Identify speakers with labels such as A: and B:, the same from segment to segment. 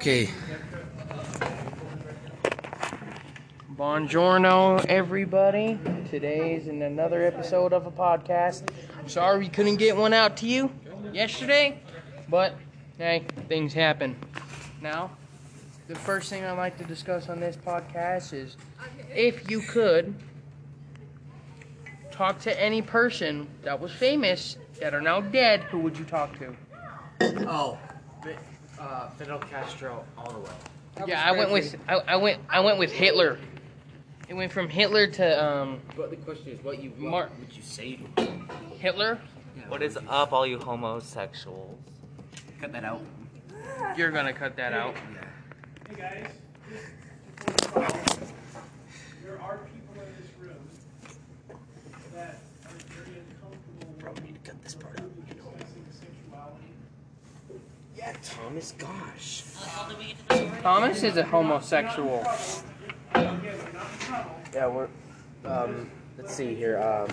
A: Okay. Buongiorno, everybody. Today's in another episode of a podcast. Sorry we couldn't get one out to you yesterday, but hey, things happen. Now, the first thing I'd like to discuss on this podcast is if you could talk to any person that was famous that are now dead, who would you talk to?
B: Oh, Fi- uh, Fidel Castro all the way.
A: Yeah, I went with I, I went I went with Hitler. It went from Hitler to um,
B: But the question is, what you what
A: Mark.
B: would you say to him?
A: Hitler.
C: What is up, all you homosexuals?
B: Cut that out.
A: You're gonna cut that out.
D: Hey guys, just before we start, there are people in this room that are very uncomfortable. Bro, we need to cut this part out. Sexuality.
B: Yeah, Thomas. Gosh.
A: Thomas is a homosexual.
D: Again, you're not in trouble.
B: Yeah, we're. Um, let's see here. Um,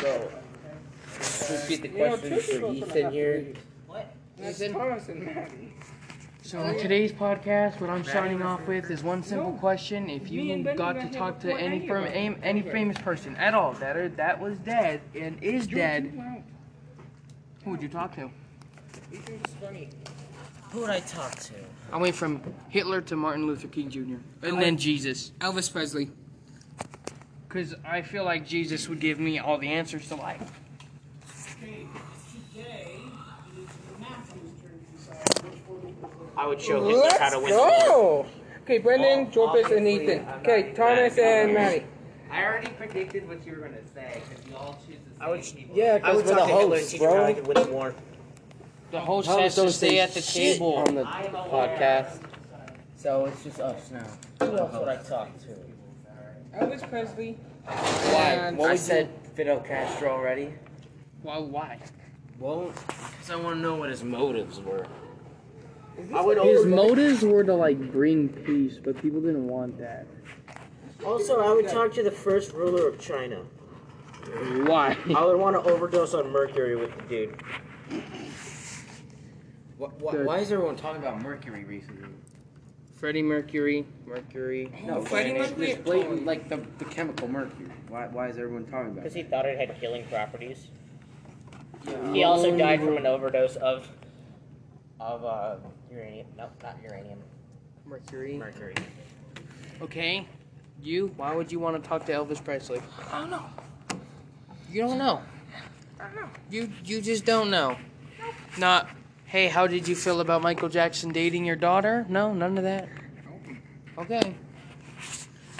B: so. Repeat the question for Ethan here.
A: So in today's podcast, what I'm starting off with is one simple question: If you got to talk to any from any, any famous person at all that are, that was dead and is dead, who would you talk to?
E: Who would I talk to?
A: I went from Hitler to Martin Luther King Jr. and then Jesus,
F: Elvis Presley.
A: because I feel like Jesus would give me all the answers to life.
D: Okay, today, it is Matthew's turn to decide which one he prefers.
C: I would show Hitler how
F: Let's
C: to win the war.
F: go. Okay, Brendan,
C: Well,
F: Jorpis, and
C: obviously,
F: Ethan.
C: I'm not
F: Okay,
C: even
F: Thomas
C: that
F: and
C: good.
F: Maddie.
C: I already predicted what you were gonna say, because you all choose the same
E: I would-
C: people.
F: Yeah,
E: I
F: because
E: would
F: we're
E: talk
F: the
E: to Hitler and
F: host,
E: teach him how
F: bro.
E: to win the war.
A: The host
F: Thomas
A: has to
F: don't
A: stay
F: say
A: at the
F: shit
A: table.
F: on the
C: I'm aware.
F: podcast.
E: So it's just us now. Who else would I talk to?
F: uh, Elvis Presley.
A: Why?
F: And
E: I said Fidel Castro already.
A: Why? Why?
B: Well, because I want to know what his motives were.
E: I would
A: His
E: also,
A: motives were to like bring peace, but people didn't want that.
E: also I would talk to the first ruler of China.
A: Why?
E: I would want to overdose on mercury with the dude.
B: What,
A: Good.
B: why is everyone talking about Mercury recently?
A: Freddie Mercury.
B: Mercury.
F: No, Freddie
B: it's-
F: Mercury-
B: it's blatant, like the, the chemical mercury. Why, why is everyone talking about
E: Because
B: it?
E: he thought it had healing properties. He also died from an overdose of of uh, uranium. No, not uranium.
A: Mercury.
E: Mercury.
A: Okay. You? Why would you want to talk to Elvis Presley?
E: I don't know.
A: You don't know.
E: I don't know.
A: You you just don't know. Not. Hey, how did you feel about Michael Jackson dating your daughter? No, none of that. Okay.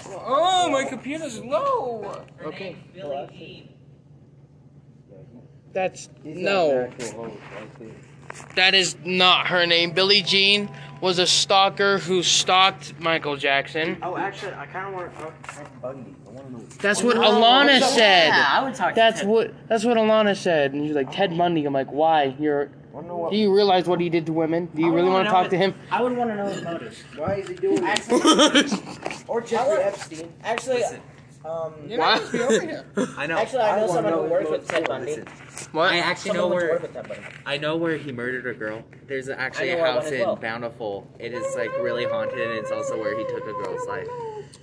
F: Oh, my computer's low.
A: Okay.
E: Billie Jean.
A: That's no. That is not her name. Billie Jean was a stalker who stalked Michael Jackson.
E: Oh, actually, I kind of want to talk to Bundy. I want to know.
A: That's what Alana said.
E: Yeah, I would talk
A: That's
E: to
A: what that's what Alana said, and she's like Ted Bundy. I'm like, why? You're do you realize what he did to women? Do
F: Oh,
A: you really want to talk to him?
E: I would want to know his motives.
B: Why is he doing it?
E: Or Jeffrey Epstein. Actually,
B: Listen.
E: um,
F: You're not supposed to be over here.
B: I know.
E: actually, I know
B: wanna
E: someone who
B: his
E: works with
B: motives
E: Ted
B: too.
E: Bundy.
B: Listen,
A: what?
B: I actually know
E: someone went to
B: where
E: work with that buddy.
B: I know where he murdered a girl. There's actually
E: I
B: a
E: know where I
B: house
E: went
B: in
E: as well.
B: Bountiful. It is like really haunted, and it's also where he took a girl's life.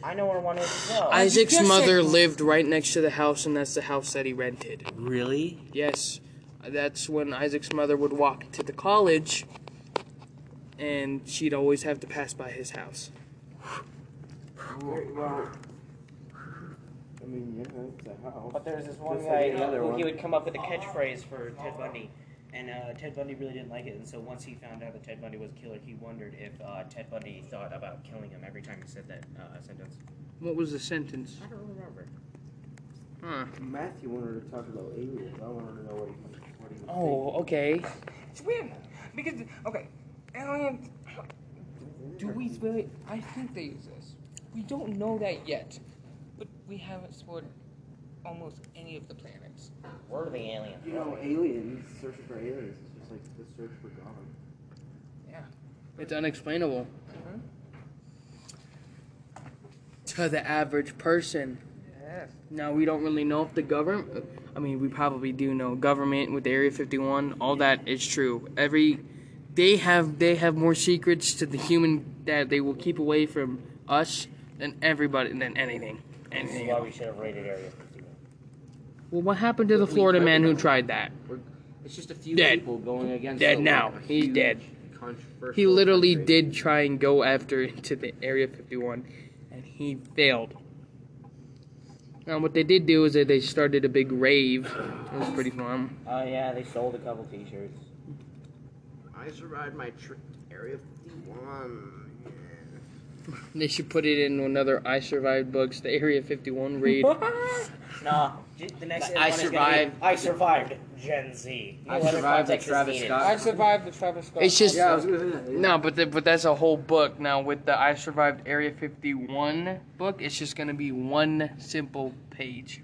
E: I know where one is as well.
A: Isaac's mother lived right next to the house, and that's the house that he rented.
B: Really?
A: Yes, that's when Isaac's mother would walk to the college, and she'd always have to pass by his house.
B: I mean, yeah, it's a house.
E: but there was this one
B: Just
E: guy
B: like another
E: who
B: one.
E: he would come up with a catchphrase for Ted Bundy, and uh, Ted Bundy really didn't like it. And so once he found out that Ted Bundy was a killer, he wondered if uh, Ted Bundy thought about killing him every time he said that uh, sentence.
A: What was the sentence?
E: I don't remember.
A: Huh.
B: Matthew wanted to talk about aliens. I wanted to know what he, what he was
A: Oh, okay.
F: It's weird because okay, aliens. Do we really? I think they exist. We don't know that yet, but we haven't explored almost any of the planets.
E: Were the alien?
B: You know, aliens, searching for aliens is just like the search for God.
A: It's unexplainable.
B: Mm-hmm.
A: To the average person.
F: Yes.
A: Now we don't really know if the government. I mean, we probably do know government with Area 51. All that is true. Every they have they have more secrets to the human that they will keep away from us than everybody than anything.
B: This is
A: Anything.
B: why
A: Well,
B: we should have raided Area 51.
A: what happened to the Florida man who tried that?
B: It's just a few
A: Dead.
B: people going against.
A: Dead
B: a-
A: now.
B: a
A: He's
B: huge
A: dead.
B: controversial
A: He literally
B: country.
A: did try and go after into the Area 51, and he failed. Now what they did do is that they started a big rave. It was pretty fun.
B: Oh yeah, they sold a couple T-shirts.
G: I survived my trip to Area 51. Yeah.
A: They should put it into another I Survived Bugs the Area 51 raid.
B: Nah,
E: J- The next
B: I
E: one is gonna be,
B: survived-
E: I survived Gen Z. No
B: I
E: other
B: survived the
E: context is
B: Travis
E: needed.
B: Scott.
F: I survived the Travis Scott.
A: It's just
G: Yeah, I was gonna say that. yeah.
A: No, but the, but that's a whole book now. With the I Survived Area 51 book, it's just gonna be one simple page,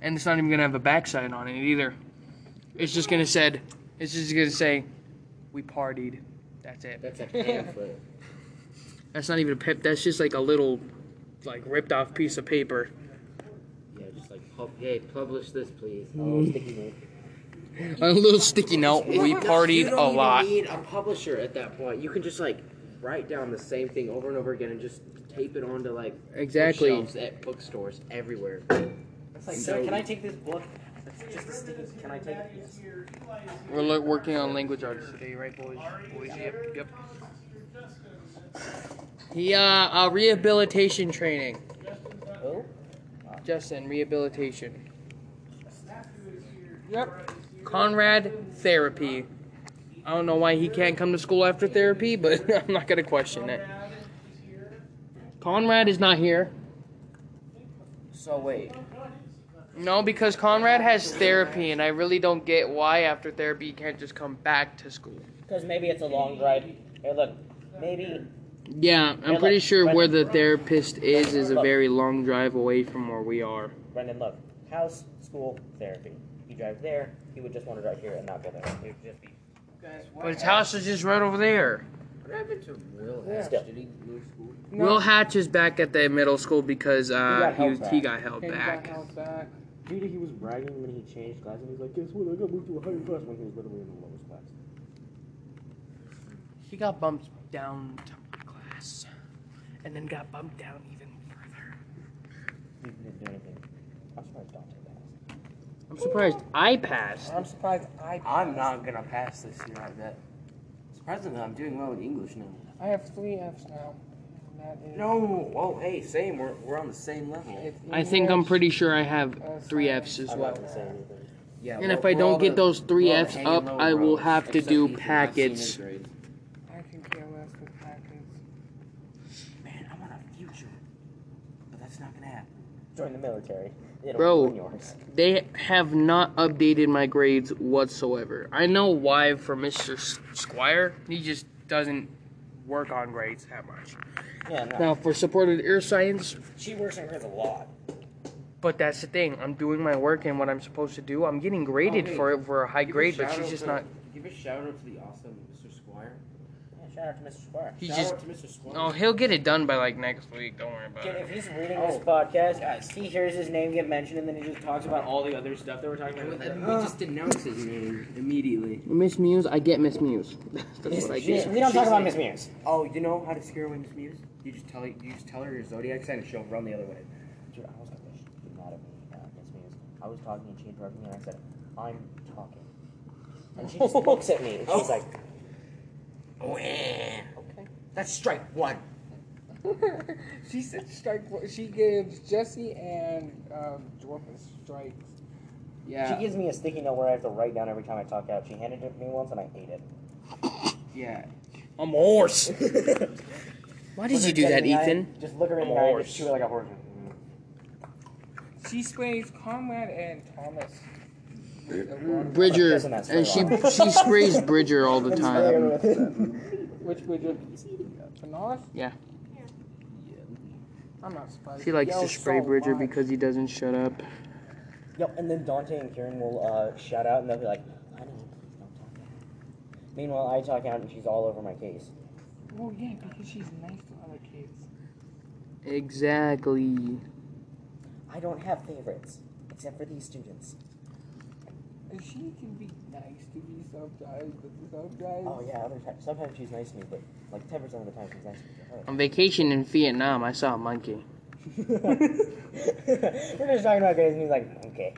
A: and it's not even gonna have a backside on it either. It's just gonna said, it's just gonna say, we partied. That's it.
B: That's a pamphlet.
A: That's not even a pep. That's just like a little, like ripped off piece of paper.
B: yeah, just like pub- hey, publish this, please. Oh, sticky note.
A: A little sticky note. We
B: No,
A: partied
B: you
A: a
B: don't even
A: lot.
B: Need a publisher at that point. You can just like write down the same thing over and over again and just tape it onto like
A: Exactly.
B: bookshelves at bookstores everywhere.
E: It's like,
B: So-
E: sir, can I take this book? It's just a
H: Griffin
E: sticky.
H: is
E: Can
H: here,
E: I take
H: Matt
E: this?
H: is here, Eli is here.
A: We're lo- working on language arts today, right, boys?
H: Ari is
A: Boys, yep,
H: here,
A: yep.
H: Thomas is here, Justin,
A: He uh, uh rehabilitation training.
H: Justin's not
E: Oh,
A: Justin, rehabilitation.
H: Matthew is here.
F: Yep.
H: Brad is here.
A: Conrad, therapy. I don't know why he can't come to school after therapy, but I'm not gonna question it.
H: Brad is here.
A: Conrad is not here.
E: so wait.
A: No, because Conrad has therapy, and I really don't get why after therapy you can't just come back to school.
E: Because maybe it's a long drive. Hey, look, maybe
A: Yeah,
E: Yeah,
A: I'm
E: like,
A: pretty sure
E: right-
A: where the therapist is is a
E: Look.
A: very long drive away from where we are.
E: Brendan, look, house, school, therapy. You drive there. He would just want to drive here and not go there. It would just be
G: Guys, what
A: But his house is just right over there.
G: what happened to Will
E: Yeah.
G: Hatch? Did he move school?
F: No.
A: Will Hatch is back at the middle school because uh,
E: got
A: he,
E: held
A: was, he got held
F: Okay, we got
A: back.
F: held back.
B: Dude, he was bragging when he changed class, and he's like, "Guess what? I got moved to a higher class when he was literally in the lowest class."
A: He got bumped down to my class, and then got bumped down even further.
E: he didn't do anything. I'm surprised Dante passed.
A: I'm surprised I passed.
F: I'm surprised I.
B: I'm not gonna pass this year. I bet. Surprisingly, I'm doing well in English now.
F: I have three Fs now. and That is
B: No. Oh, hey, same. We're, we're on the same level.
F: it's
A: I think I'm
F: English.
A: pretty sure I have
F: Uh,
A: three
F: sorry.
A: Fs as
B: I'm
A: well.
B: not gonna say anything. Yeah.
A: And if I don't get those three Fs up, I will have to do packets.
F: I can care less with packets.
B: Man, I want a future, but that's not gonna happen.
E: Join the military. It'll
A: Bro.
E: ruin yours.
A: They have not updated my grades whatsoever. I know why for Mr. S- Squire. He just doesn't work on grades that much.
E: Yeah, no.
A: Now, for supported ear science,
E: She works on hers a lot.
A: But that's the thing. I'm doing my work and what I'm supposed to do. I'm getting graded
B: Oh, hey.
A: for it for a high grade, but she's just not.
B: Give a shout out to the awesome Mr. Squire.
E: Yeah, shout out to Mr. Squire.
A: He
B: shout
A: just.
B: out to Mr. Squire.
A: Oh, he'll get it done by like next week. Don't worry about
E: Dude,
A: it.
E: if he's reading
B: Oh.
E: this podcast, he hears his name get mentioned, and then he just talks about all the other stuff that we're talking about.
B: we just denounced his name immediately.
A: Miss Muse, I get Miss Muse. That's what I
E: We
A: get.
E: we don't talk about Miss Mears.
B: Oh, you know how to scare away Miss Muse? You just tell you just tell her your zodiac sign and she'll run the other way.
E: Dude, I was like, she did not have me, uh, Miss Mears. I was talking, and she interrupted me, and I said, I'm talking. And she just looks at me, and she's like,
B: Okay. That's strike one.
F: She said strike. one- She gives Jesse and um, Dwarfus strikes.
B: Yeah.
E: She gives me a sticky note where I have to write down every time I talk out. She handed it to me once, and I ate it.
B: yeah.
A: I'm a horse. Why did
E: Look
A: you
E: her
A: do
E: dead
A: that,
E: in the eye,
A: Ethan?
E: Just look her in
A: I'm
E: the
A: a
E: eye, and
A: horse.
E: just chew her like a horse.
F: She sprays Conrad and Thomas. with a water-
B: Mm-hmm.
A: Bridger,
E: Doesn't that
A: and she
E: spray
A: she sprays Bridger all the time.
F: Which would you? Bananas?
A: Yeah.
F: I'm not surprised.
A: She likes
E: Yo,
A: to spray
E: so
A: Bridger
E: what?
A: because he doesn't shut up.
E: Yo, and then Dante and Kieran will uh, shout out, and they'll be like, honey, please don't talk out. Meanwhile, I talk out, and she's all over my case.
F: Well, yeah, because she's nice to other kids.
A: Exactly.
E: I don't have favorites, except for these students.
F: She can be nice to me sometimes, but sometimes.
E: Oh yeah, other times. Sometimes she's nice to me, but like ten percent of the time she's nice to me.
A: On vacation in Vietnam, I saw a monkey.
E: We're just talking about guys, and he's like, okay.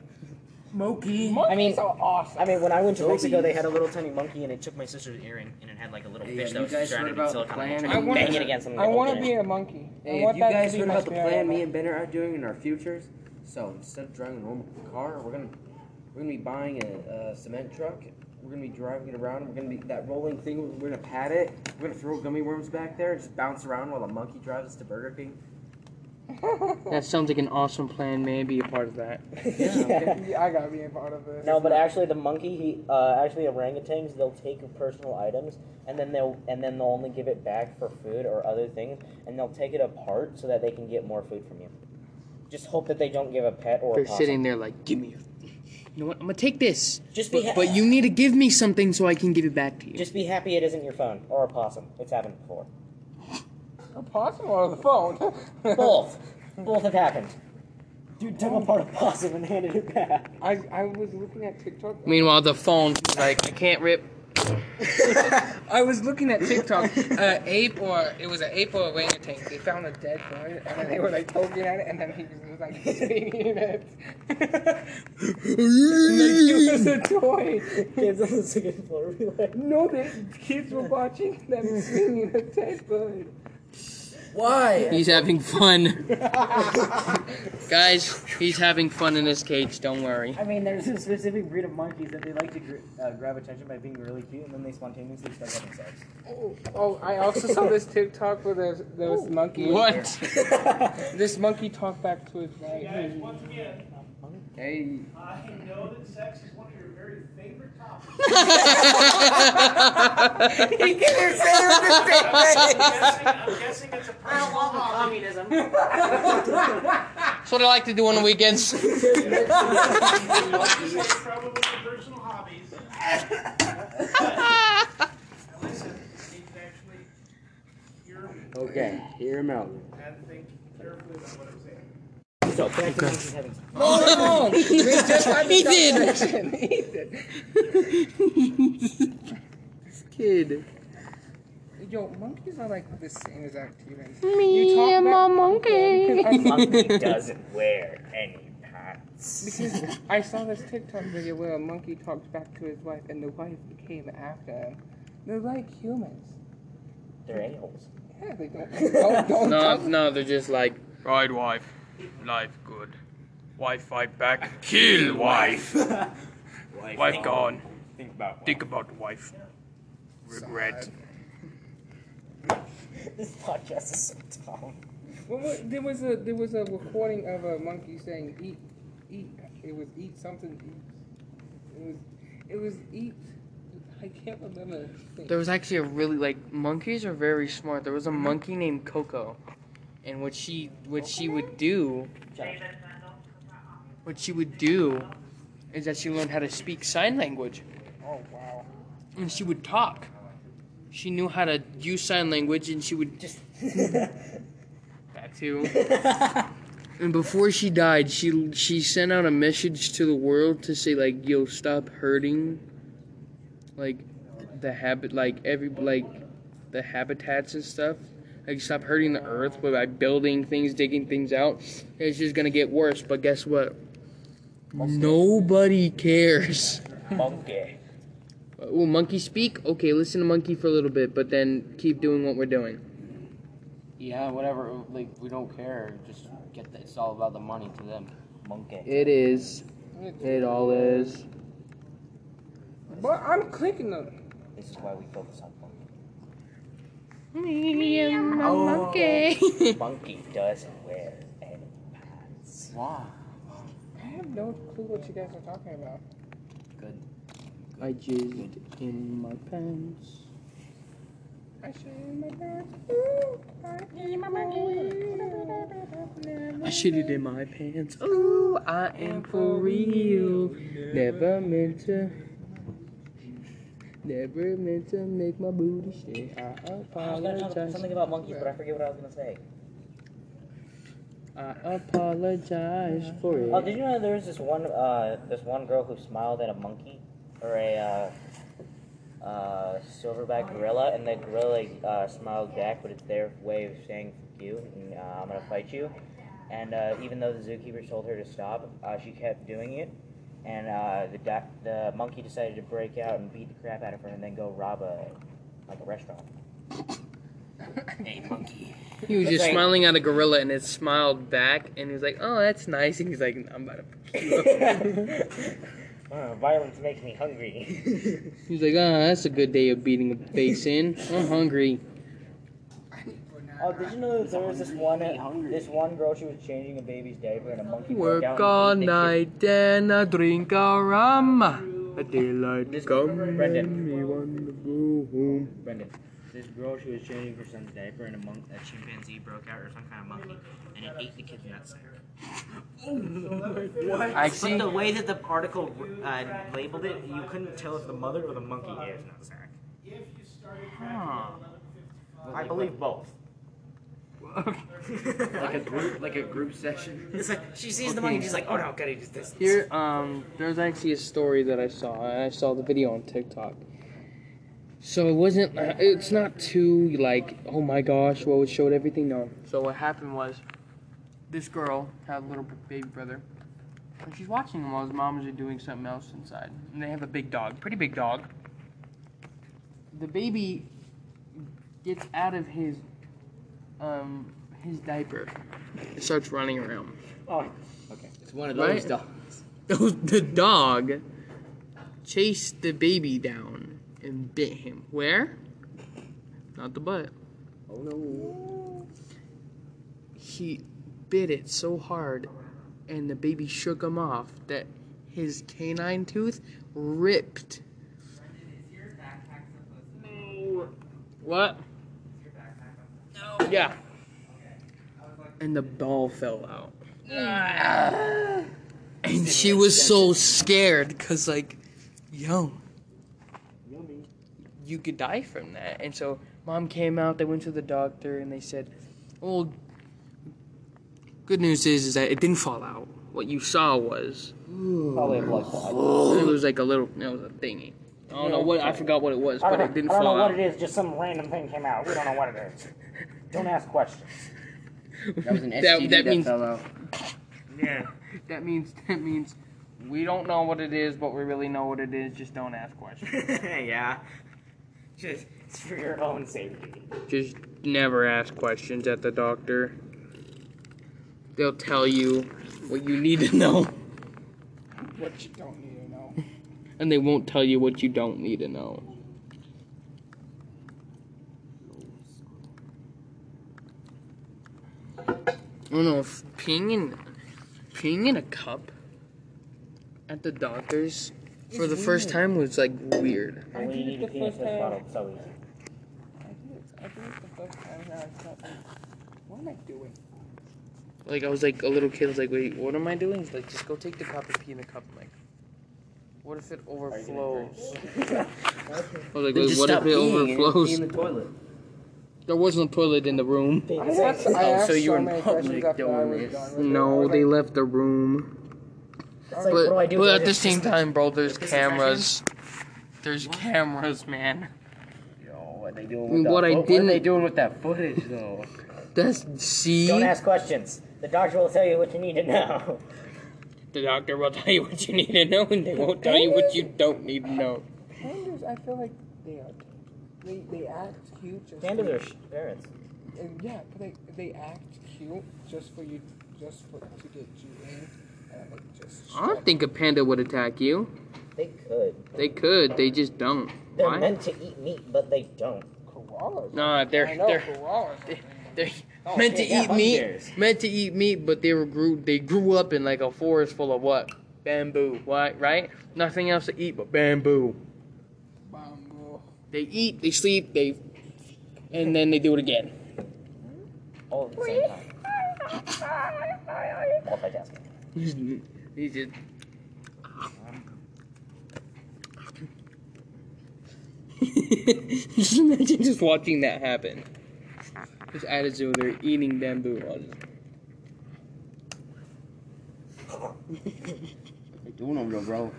F: Monkey.
E: I mean-
F: Monkeys are awesome.
E: I mean, when I went to Mexico, they had a little tiny monkey, and it took my sister's earring, and it had like a little
B: Hey, have
E: fish that
B: you
E: was
B: guys heard
E: surrounded in
B: about
E: silicone.
B: the
E: and
B: plan?
E: I
F: I wanna-
E: bang it against something.
F: I want to
E: to
F: be a monkey.
B: Mm, Hey,
F: I
B: if
F: want
B: you
F: that to
B: guys
F: be
B: heard
F: my
B: about the
F: spirit
B: plan me
F: animal.
B: and Ben are doing in our futures, so instead of driving a normal car, we're gonna we're gonna be buying a, a cement truck. We're gonna be driving it around. We're gonna be that rolling thing. We're gonna pat it. We're gonna throw gummy worms back there and just bounce around while the monkey drives us to Burger King.
A: That sounds like an awesome plan. May I be a part of that?
F: Yeah, I gotta be a part of this.
E: No, but actually, the monkey, he uh, actually orangutans, they'll take your personal items, and then they'll and then they'll only give it back for food or other things, and they'll take it apart so that they can get more food from you. Just hope that they don't give a pet or. a
A: They're
E: possum.
A: sitting there like, give me. You know what? I'm gonna take this.
E: Just be.
A: But,
E: Ha-
A: but you need to give me something so I can give it back to you.
E: Just be happy it isn't your phone or a possum. It's happened before.
F: A possum on the phone.
E: Both. Both have happened. Dude took apart a possum and handed it back.
F: I, I was looking at TikTok.
A: Meanwhile, the phone's like, I can't rip.
F: I was looking at TikTok. uh, ape or it was an ape or orangutan. They found a dead bird and then they were like poking at it and then he was like swinging it. like it was a toy.
E: Kids on the second floor be like,
F: No, the kids were watching them swinging a dead bird.
A: He's having fun. Guys, he's having fun in his cage. Don't worry.
E: I mean, there's a specific breed of monkeys that they like to gr- uh, grab attention by being really cute, and then they spontaneously start having sex.
F: Oh, oh, I also saw this TikTok where there's there was monkey.
A: What?
F: This monkey talked back to his
D: Hey guys,
F: guy.
D: once again,
B: Hey,
D: I know that sex is one of your very favorite topics. I'm guessing, I'm guessing it's a personal hobby.
I: Communism.
A: That's what I like to do on the weekends.
D: It's probably personal hobbies. Listen, you can actually hear me
B: okay, hear him out.
D: and think carefully about what I'm saying.
E: So, back to monkeys having sex.
F: Oh,
A: he did.
F: Kid. Yo, monkeys are like the same exact humans. Me you talk and my monkey.
E: Monkey doesn't wear any pants.
F: because I saw this TikTok video where a monkey talked back to his wife, and the wife came after him. They're like humans.
E: They're animals.
F: Yeah, they don't. Don't, don't,
A: No,
F: talk.
A: no, they're just like,
J: Ride wife, life good. Wife fight back, kill wife. wife, gone.
E: Think about
J: Think about wife. Regret.
E: This podcast is so dumb.
F: Well, well, there was a there was a recording of a monkey saying eat eat. It was eat something. Eat. It was it was eat. I can't remember. the thing.
A: there was actually a really like monkeys are very smart. There was a monkey named Coco, and what she what she would do, what she would do, is that she learned how to speak sign language,
F: Oh wow.
A: and she would talk. She knew how to use sign language, and she would just back to. And before she died, she she sent out a message to the world to say like, "Yo, stop hurting, like, the habit, like every like, the habitats and stuff. Like, stop hurting the earth by building things, digging things out. It's just gonna get worse. But guess what? Nobody cares.
E: Monkey.
A: Uh, Will monkey speak? Okay, listen to monkey for a little bit, but then keep doing what we're doing.
B: Yeah, whatever. Like we don't care. Just get the, it's all about the money to them.
E: Monkey.
A: It is. It all is.
F: But I'm clicking them.
E: This is why we focus on monkey.
A: Me and
E: Oh.
A: my monkey.
E: Monkey doesn't wear any pants.
B: Why?
F: I have no clue what you guys are talking about.
A: I jizzed in my pants.
F: I should eat my pants. Ooh, I eat my
A: I
F: monkey.
A: shit it in my pants. Oh. Ooh, I am for real. Never meant to. Never meant to make my booty shake. I
E: I was gonna talk
A: apologize.
E: something about monkeys, but I forget what I was gonna say.
A: I apologize for it.
E: Oh, did you know there was this one uh, this one girl who smiled at a monkey or a uh, uh, silverback gorilla, and the gorilla uh, smiled back, but it's their way of saying "fuck you" and uh, I'm gonna fight you. And uh, even though the zookeeper told her to stop, uh, she kept doing it, and uh, the da- the monkey decided to break out and beat the crap out of her, and then go rob a like a restaurant.
A: He was just
E: Right.
A: smiling at a gorilla and it smiled back and he was like, oh, that's nice. And he's like, I'm about to.
E: Uh, violence makes me hungry.
A: He was like, oh, that's a good day of beating a face in. I'm hungry.
E: Oh, did you know that there was this one this one girl? She was changing a baby's diaper, and a monkey broke down.
A: Work
E: and
A: all
E: ate the kid.
A: night and I drink a rum. A daylight
E: This-
A: come.
E: Brendan.
A: We want to go home.
E: Brendan, this girl, she was changing her son's diaper, and a monk, a chimpanzee broke out or some kind of monkey, and it ate the kid's nutsack.
A: I see.
E: But the way that the article uh, labeled it, you couldn't tell if the mother or the monkey ate his nutsack.
D: If you started
A: Huh.
D: cracking
E: I
D: at 11:55,
E: believe both.
B: Like a group, like a group session.
E: It's like she sees the monkey, she's like, "Oh no, gotta do this."
A: Here, um, there's actually a story that I saw, and I saw the video on TikTok. So it wasn't, uh, it's not too like, oh my gosh, well, it showed everything. No. So what happened was, this girl had a little b- baby brother, and she's watching him while his moms are doing something else inside. And they have a big dog, pretty big dog. The baby gets out of his, um, his diaper, and starts running around.
B: Oh, It's one of
A: Right?
B: those dogs.
A: Those- the dog chased the baby down and bit him. Where? Not the butt.
B: Oh no.
A: He bit it so hard, and the baby shook him off that his canine tooth ripped. What? Yeah. And the ball fell out. And she was so scared because, like, yo, you could die from that. And so, mom came out. They went to the doctor, and they said, "Well, good news is, is that it didn't fall out. What you saw was
E: Probably a blood clot.
A: it was like a little, it was a thingy. I don't know what I forgot what it was, but it didn't fall out.
E: is. Just some random thing came out. We don't know what it is. Don't ask questions.
B: That was an STD
A: That-
B: that,
A: that means-
B: fell out.
A: That means that means we don't know what it is, but we really know what it is. Just don't ask questions.
E: yeah. Just it's for your own safety.
A: Just never ask questions at the doctor. They'll tell you what you need to know,
F: What you don't need to know.
A: and they won't tell you what you don't need to know. I don't know if peeing in, peeing in a cup at the doctor's for the first time was like weird.
F: I
E: All you
F: did
E: need
F: it the
E: to finish
F: first
E: this bottle.
F: time.
E: It's so easy.
F: I did it. I did it the first time. and I was like, What am I doing?
A: Like I was like a little kid. I was like, wait, what am I doing? He's like, just go take the cup and pee in the cup. I'm like, what if it overflows? I was like, wait, what if it overflows?
B: In the toilet.
A: There wasn't a toilet in the room.
F: I asked, I
B: Oh,
F: asked
B: so you were in
F: many
B: public
F: questions after I
B: doing
F: was
B: this.
F: done with it. I
A: No,
F: was
A: they
F: like,
A: left the room.
E: like,
A: but
E: what do I do?
A: but
E: Do I
A: at the
E: just-
A: same time, bro, there's
E: piss the trash in?
A: cameras. There's cameras, man.
B: Yo, what they doing
A: mean,
B: with that
A: what I
B: fo- What are they
A: didn't-
B: doing with that footage though?
A: That's see.
E: Don't ask questions. The doctor will tell you what you need to know.
A: The doctor will tell you what you need to know, and they won't tell you what you don't need to know.
F: Pandas, I feel like they are. They, they act cute just
E: Pandas
F: for
E: are sh- parrots.
F: and yeah, but they they act cute just for you, just for to get you in, and like just.
A: I don't think a panda would attack you.
E: They could.
A: They could, they just don't.
E: They're
A: Why?
E: meant to eat meat, but they don't.
F: koalas.
A: Nah, they're
F: I know
A: they're
F: koalas.
A: they- They meant to eat meat. Meant to eat meat, but they were grew. They grew up in like a forest full of what? Bamboo. What? Right? Nothing else to eat but bamboo.
F: Bamboo.
A: They eat. They sleep. They, and then they do it again.
E: All at the same time. Multitasking.
A: He just. just imagine just watching that happen. Just at a zoo, they're eating bamboo. I'll just-
B: They doing over there, bro.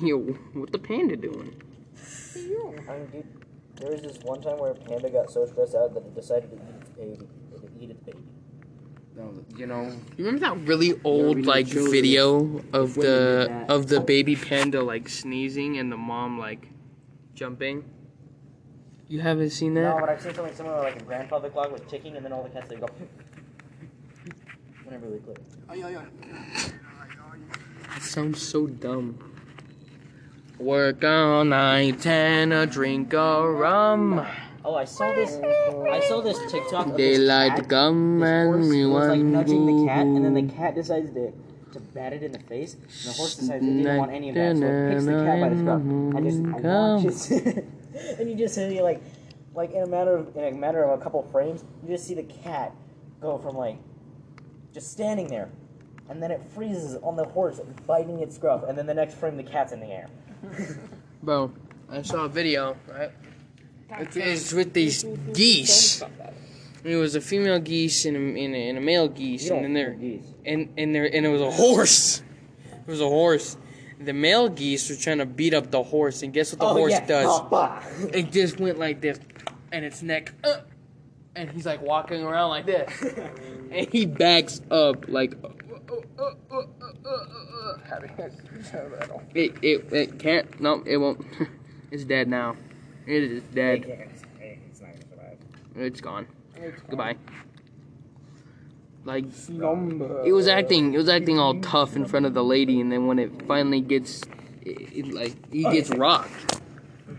A: Yo, what the panda doing?
E: I mean, dude, there was this one time where a panda got so stressed out that it decided to eat its baby. To eat its baby.
B: No, you know,
A: You remember that really old
B: we need
A: like
B: children.
A: video of
B: If women did
A: the
B: that.
A: of
E: Oh.
A: the baby panda like sneezing and the mom like jumping? You haven't seen
E: No,
A: that?
E: but I've seen something similar, like a grandfather clock was ticking, and then all the cats they go. Whenever we click.
A: That sounds so dumb. Work all night and a drink of rum.
E: Oh, I saw this. I saw this TikTok. Of this
A: Daylight
E: cat,
A: come
E: this horse
A: and we
E: who was, like
A: want
E: nudging the cat, and then the cat decides to to bat it in the face, and the horse decides it didn't want any of that, so it picks the cat by the scruff. I just I watch it, and you just see like, like in a matter of in a matter of a couple frames, you just see the cat go from like just standing there, and then it freezes on the horse biting its scruff, and then the next frame the cat's in the air.
A: Bro, I saw a video, right? It is with these geese. It was a female geese and a, and a, and a male geese, and then they're
E: Geese.
A: and and there and it was a horse. It was a horse. The male geese were trying to beat up the horse, and guess what the
E: oh,
A: horse
E: yeah.
A: does?
E: Oh, fuck.
A: It just went like this, and its neck, uh, and he's like walking around like this, and he backs up like. uh, uh, uh, uh, uh, uh, uh. It, it it can't no it won't it's dead now it is dead
E: It's not gonna survive.
A: it's gone goodbye like
F: Slumber.
A: it was acting. It was acting all tough in front of the lady, and then when it finally gets, it, it, like he gets rocked.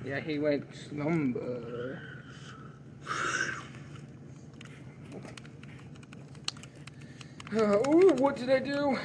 F: Yeah, he went slumber. Uh, ooh, what did I do?